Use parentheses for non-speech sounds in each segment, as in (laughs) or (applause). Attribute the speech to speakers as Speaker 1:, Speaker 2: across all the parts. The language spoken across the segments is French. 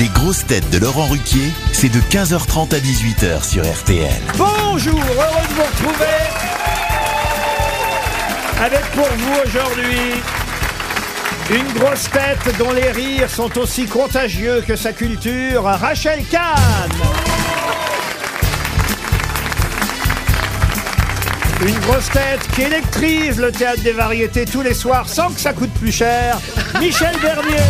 Speaker 1: Les grosses têtes de Laurent Ruquier, c'est de 15h30 à 18h sur RTL.
Speaker 2: Bonjour, heureux de vous retrouver avec pour vous aujourd'hui une grosse tête dont les rires sont aussi contagieux que sa culture, Rachel Kahn. Une grosse tête qui électrise le théâtre des variétés tous les soirs sans que ça coûte plus cher, Michel Bernier.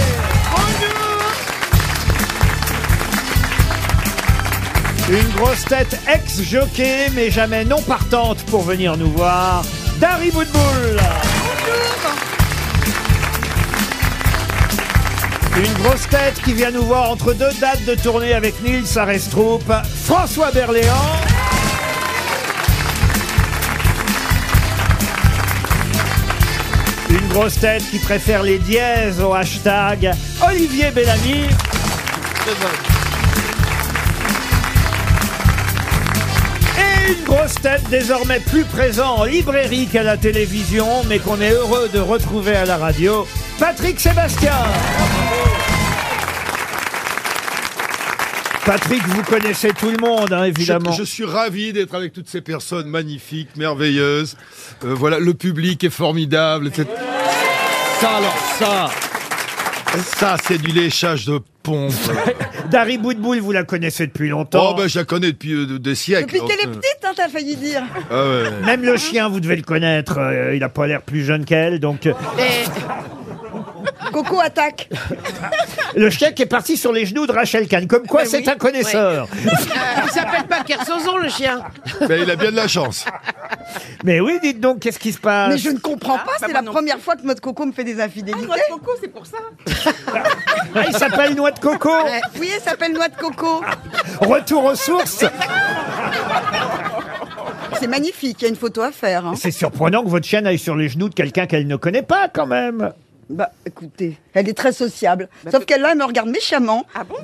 Speaker 2: Une grosse tête ex-jockey, mais jamais non partante pour venir nous voir, Dari Boudboul. Une grosse tête qui vient nous voir entre deux dates de tournée avec Nils Arestrup, François Berléand. Une grosse tête qui préfère les dièses au hashtag, Olivier Bellamy. Et une grosse tête désormais plus présent en librairie qu'à la télévision, mais qu'on est heureux de retrouver à la radio, Patrick Sébastien. Patrick, vous connaissez tout le monde, hein, évidemment.
Speaker 3: Je, je suis ravi d'être avec toutes ces personnes magnifiques, merveilleuses. Euh, voilà, le public est formidable. etc. Ça, alors, ça, ça, c'est du léchage de
Speaker 4: (laughs)
Speaker 3: pompe.
Speaker 2: Dari Boudboul, vous la connaissez depuis longtemps.
Speaker 3: oh, ben, je la connais depuis euh, des siècles.
Speaker 5: Depuis qu'elle est
Speaker 3: Euh,
Speaker 5: petite, hein, t'as failli dire.
Speaker 3: ah ouais.
Speaker 2: Même le chien, vous devez le connaître. euh, il n'a pas l'air plus jeune qu'elle, donc... euh,
Speaker 5: Coco attaque.
Speaker 2: Le chien qui est parti sur les genoux de Rachel Kahn. Comme quoi,
Speaker 6: Ben
Speaker 2: c'est
Speaker 6: oui,
Speaker 2: un connaisseur.
Speaker 6: Il s'appelle pas Kersozon, le chien.
Speaker 3: Ben, il a bien de la
Speaker 5: (laughs)
Speaker 3: chance.
Speaker 2: Mais oui, dites donc, qu'est-ce qui se passe
Speaker 5: Mais je ne comprends
Speaker 2: ah,
Speaker 5: pas,
Speaker 6: bah
Speaker 5: c'est
Speaker 6: moi
Speaker 5: la
Speaker 6: non
Speaker 5: première fois que notre Coco me fait des infidélités.
Speaker 6: c'est pour ça.
Speaker 2: Ah, il s'appelle Noix de Coco.
Speaker 5: Ouais. Oui, elle s'appelle Noix de Coco.
Speaker 2: Retour aux sources.
Speaker 5: C'est magnifique, il y a une photo à faire. hein.
Speaker 2: C'est surprenant que votre chienne aille sur les genoux de quelqu'un qu'elle ne connaît pas, quand même.
Speaker 5: Bah écoutez, elle est très sociable.
Speaker 2: Bah,
Speaker 5: Sauf qu'elle là, elle me regarde méchamment.
Speaker 6: Ah bon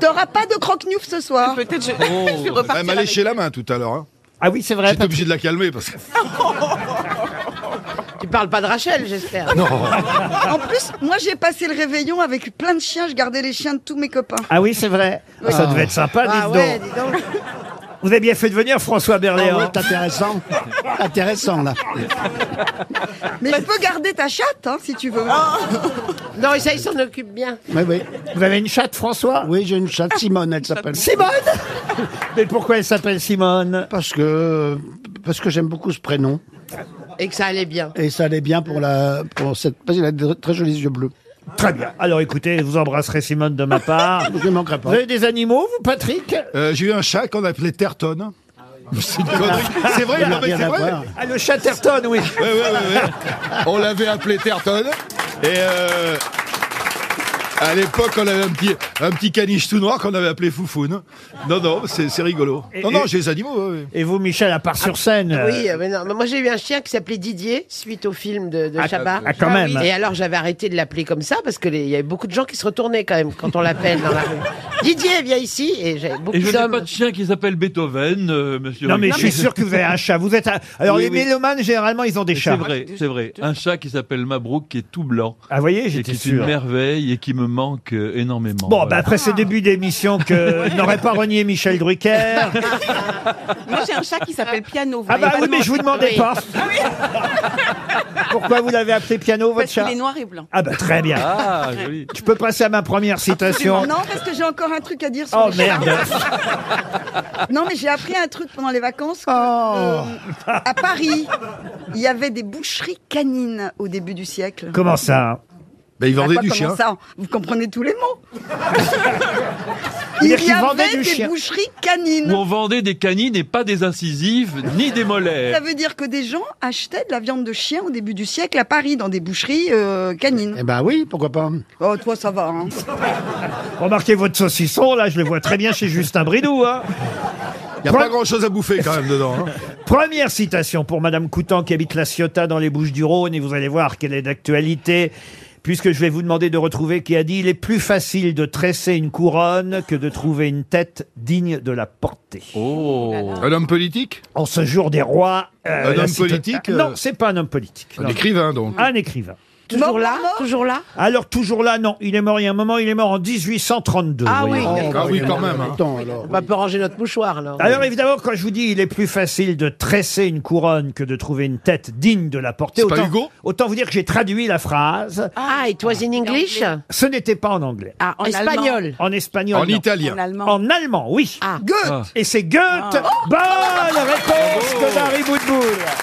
Speaker 5: T'auras pas de croque-nouf ce soir.
Speaker 6: Peut-être je, (laughs) je vais
Speaker 2: Oh,
Speaker 6: repartir
Speaker 3: Elle m'a léché
Speaker 6: avec.
Speaker 3: la main tout à l'heure. hein.
Speaker 2: Ah oui, c'est vrai.
Speaker 3: J'étais obligé de la calmer parce que.
Speaker 6: Tu parles pas de Rachel, j'espère.
Speaker 5: En plus, moi j'ai passé le réveillon avec plein de chiens, je gardais les chiens de tous mes copains.
Speaker 2: Ah oui, c'est vrai. Ah, Ça devait être sympa,
Speaker 6: Ah
Speaker 2: dites
Speaker 6: ouais,
Speaker 2: donc.
Speaker 6: dis donc.
Speaker 2: Vous avez bien fait de venir, François Berléand.
Speaker 4: Ah ouais, intéressant. intéressant, là.
Speaker 5: Mais je peux garder ta chatte, hein, si tu veux.
Speaker 2: Ah.
Speaker 6: Non, ça, il s'en occupe bien.
Speaker 4: Oui, oui.
Speaker 2: Vous avez une chatte, François
Speaker 4: Oui, j'ai une chatte, Simone, elle s'appelle.
Speaker 2: Simone Mais pourquoi elle s'appelle Simone
Speaker 4: Parce que, parce que j'aime beaucoup ce prénom.
Speaker 6: Et que ça allait bien.
Speaker 4: Et ça allait bien pour la, pour cette, parce qu'il a de très jolis yeux bleus.
Speaker 2: Très bien. Alors écoutez, vous embrasserez Simone de ma part.
Speaker 4: (laughs) Je ne manquerai
Speaker 2: Vous
Speaker 4: pas.
Speaker 2: avez des animaux, vous, Patrick
Speaker 3: Euh, J'ai eu un chat qu'on appelait Terton. C'est une connerie. C'est vrai,
Speaker 4: Ah Il n'a
Speaker 3: non, mais
Speaker 4: rien
Speaker 3: c'est
Speaker 4: à
Speaker 3: vrai.
Speaker 4: voir.
Speaker 2: Ah, le Chatterton, oui.
Speaker 3: Ouais, ouais, ouais, ouais. On l'avait appelé Terton. Et euh, à l'époque, on avait un petit, un petit caniche tout noir qu'on avait appelé Foufoune. Non, non, c'est c'est rigolo.
Speaker 2: Et-
Speaker 3: Non, non,
Speaker 2: et-
Speaker 3: j'ai les animaux. ouais, ouais.
Speaker 2: Et vous, Michel, à part sur scène euh,
Speaker 6: Oui, euh, mais non. mais Moi, j'ai eu un chien qui s'appelait Didier, suite au film de, de
Speaker 2: Ah,
Speaker 6: Chabat.
Speaker 2: ah, quand même.
Speaker 6: Et alors, j'avais arrêté de l'appeler comme ça parce qu'il y avait beaucoup de gens qui se retournaient quand même quand on l'appelle dans (laughs) la rue. Didier, viens ici. Et j'avais beaucoup
Speaker 7: Et je n'ai
Speaker 6: d'hommes.
Speaker 7: pas de chien qui s'appelle Beethoven, euh, monsieur.
Speaker 2: Non, mais
Speaker 7: Ruquier.
Speaker 2: je suis sûr que vous avez un chat. Vous êtes un- Alors,
Speaker 7: Oui,
Speaker 2: les
Speaker 7: oui.
Speaker 2: mélomanes, généralement, ils ont des
Speaker 7: C'est
Speaker 2: chats.
Speaker 7: vrai, c'est vrai. Un chat qui s'appelle Mabrouk, qui est tout blanc.
Speaker 2: Ah, vous voyez,
Speaker 7: Et qui
Speaker 2: j'étais
Speaker 7: est une
Speaker 2: sûr.
Speaker 7: merveille et qui me manque euh, énormément.
Speaker 2: Bon, bah,
Speaker 7: Voilà.
Speaker 2: après ce début d'émission que n'aurait pas renié Michel Drucker.
Speaker 8: Moi, j'ai un chat qui s'appelle Piano. vous
Speaker 2: Ah, bah
Speaker 8: voyez
Speaker 2: oui, mais je vous demandais
Speaker 6: Oui.
Speaker 2: pas. (laughs) Pourquoi vous l'avez appelé piano, votre
Speaker 8: Parce
Speaker 2: chat
Speaker 8: qu'il est noir et blanc.
Speaker 2: Ah, bah, très bien.
Speaker 7: Ah, joli.
Speaker 2: Je peux passer à ma première citation.
Speaker 5: Non, parce que j'ai encore un truc à dire sur
Speaker 2: Oh
Speaker 5: les chiens.
Speaker 2: merde
Speaker 5: Non, mais j'ai appris un truc pendant les vacances. que,
Speaker 4: Oh.
Speaker 5: euh, à Paris, il y avait des boucheries canines au début du siècle.
Speaker 2: Comment ça
Speaker 3: Ben, ils
Speaker 5: À
Speaker 2: Ah,
Speaker 3: vendaient
Speaker 5: quoi
Speaker 3: du chien.
Speaker 5: commence ça Vous comprenez tous les mots. il
Speaker 2: C'est-à-dire
Speaker 5: y
Speaker 2: qu'ils vendaient
Speaker 5: avait
Speaker 2: du
Speaker 5: des
Speaker 2: chien.
Speaker 5: boucheries
Speaker 7: Où
Speaker 5: canines.
Speaker 7: on vendait des canines et pas des incisives ni des
Speaker 5: Ça
Speaker 7: molaires.
Speaker 5: veut dire que des gens achetaient de la viande de chien au début du siècle à Paris dans des boucheries euh, canines.
Speaker 4: Eh ben oui, pourquoi pas.
Speaker 5: Oh, toi, ça va. hein.
Speaker 2: Remarquez votre saucisson, là, je le vois très bien chez Justin Bridou. Hein.
Speaker 3: Il n'y a pas grand chose à bouffer quand même dedans. hein.
Speaker 2: Première citation pour Madame Coutan qui habite la Ciotat dans les Bouches-du-Rhône et vous allez voir qu'elle est d'actualité puisque je vais vous demander de retrouver qui a dit il est plus facile de tresser une couronne que de trouver une tête digne de la porter.
Speaker 7: Oh.
Speaker 3: Un homme politique
Speaker 2: En ce jour des rois. euh,
Speaker 3: Un
Speaker 2: la
Speaker 3: homme
Speaker 2: cita-
Speaker 3: politique, euh,
Speaker 2: Non, c'est pas un homme politique.
Speaker 3: Un
Speaker 2: non.
Speaker 3: écrivain donc.
Speaker 2: Un écrivain.
Speaker 6: Toujours
Speaker 5: Mort,
Speaker 6: là
Speaker 5: mort
Speaker 6: Toujours là
Speaker 2: Alors, toujours là, non. Il est mort il y a un moment, il est mort en 1832.
Speaker 6: Ah
Speaker 2: voyez.
Speaker 6: oui.
Speaker 4: Oh,
Speaker 3: Ah oui,
Speaker 4: il y en
Speaker 3: quand
Speaker 4: a
Speaker 3: même, hein.
Speaker 4: longtemps, alors.
Speaker 6: On va peut ranger notre mouchoir, là.
Speaker 2: Alors évidemment, quand je vous dis il est plus facile de tresser une couronne que de trouver une tête digne de la porter,
Speaker 3: C'est pas
Speaker 2: autant,
Speaker 3: Hugo
Speaker 2: autant vous dire que j'ai traduit la phrase.
Speaker 6: Ah, it was in English
Speaker 2: Ce n'était pas en anglais.
Speaker 6: Ah, en
Speaker 8: En allemand.
Speaker 6: espagnol.
Speaker 2: En espagnol.
Speaker 3: En
Speaker 2: non.
Speaker 3: italien.
Speaker 8: En allemand.
Speaker 2: En allemand, oui.
Speaker 6: Ah.
Speaker 5: Goethe
Speaker 2: Et c'est Goethe. Bonne réponse de Dari Boudboul.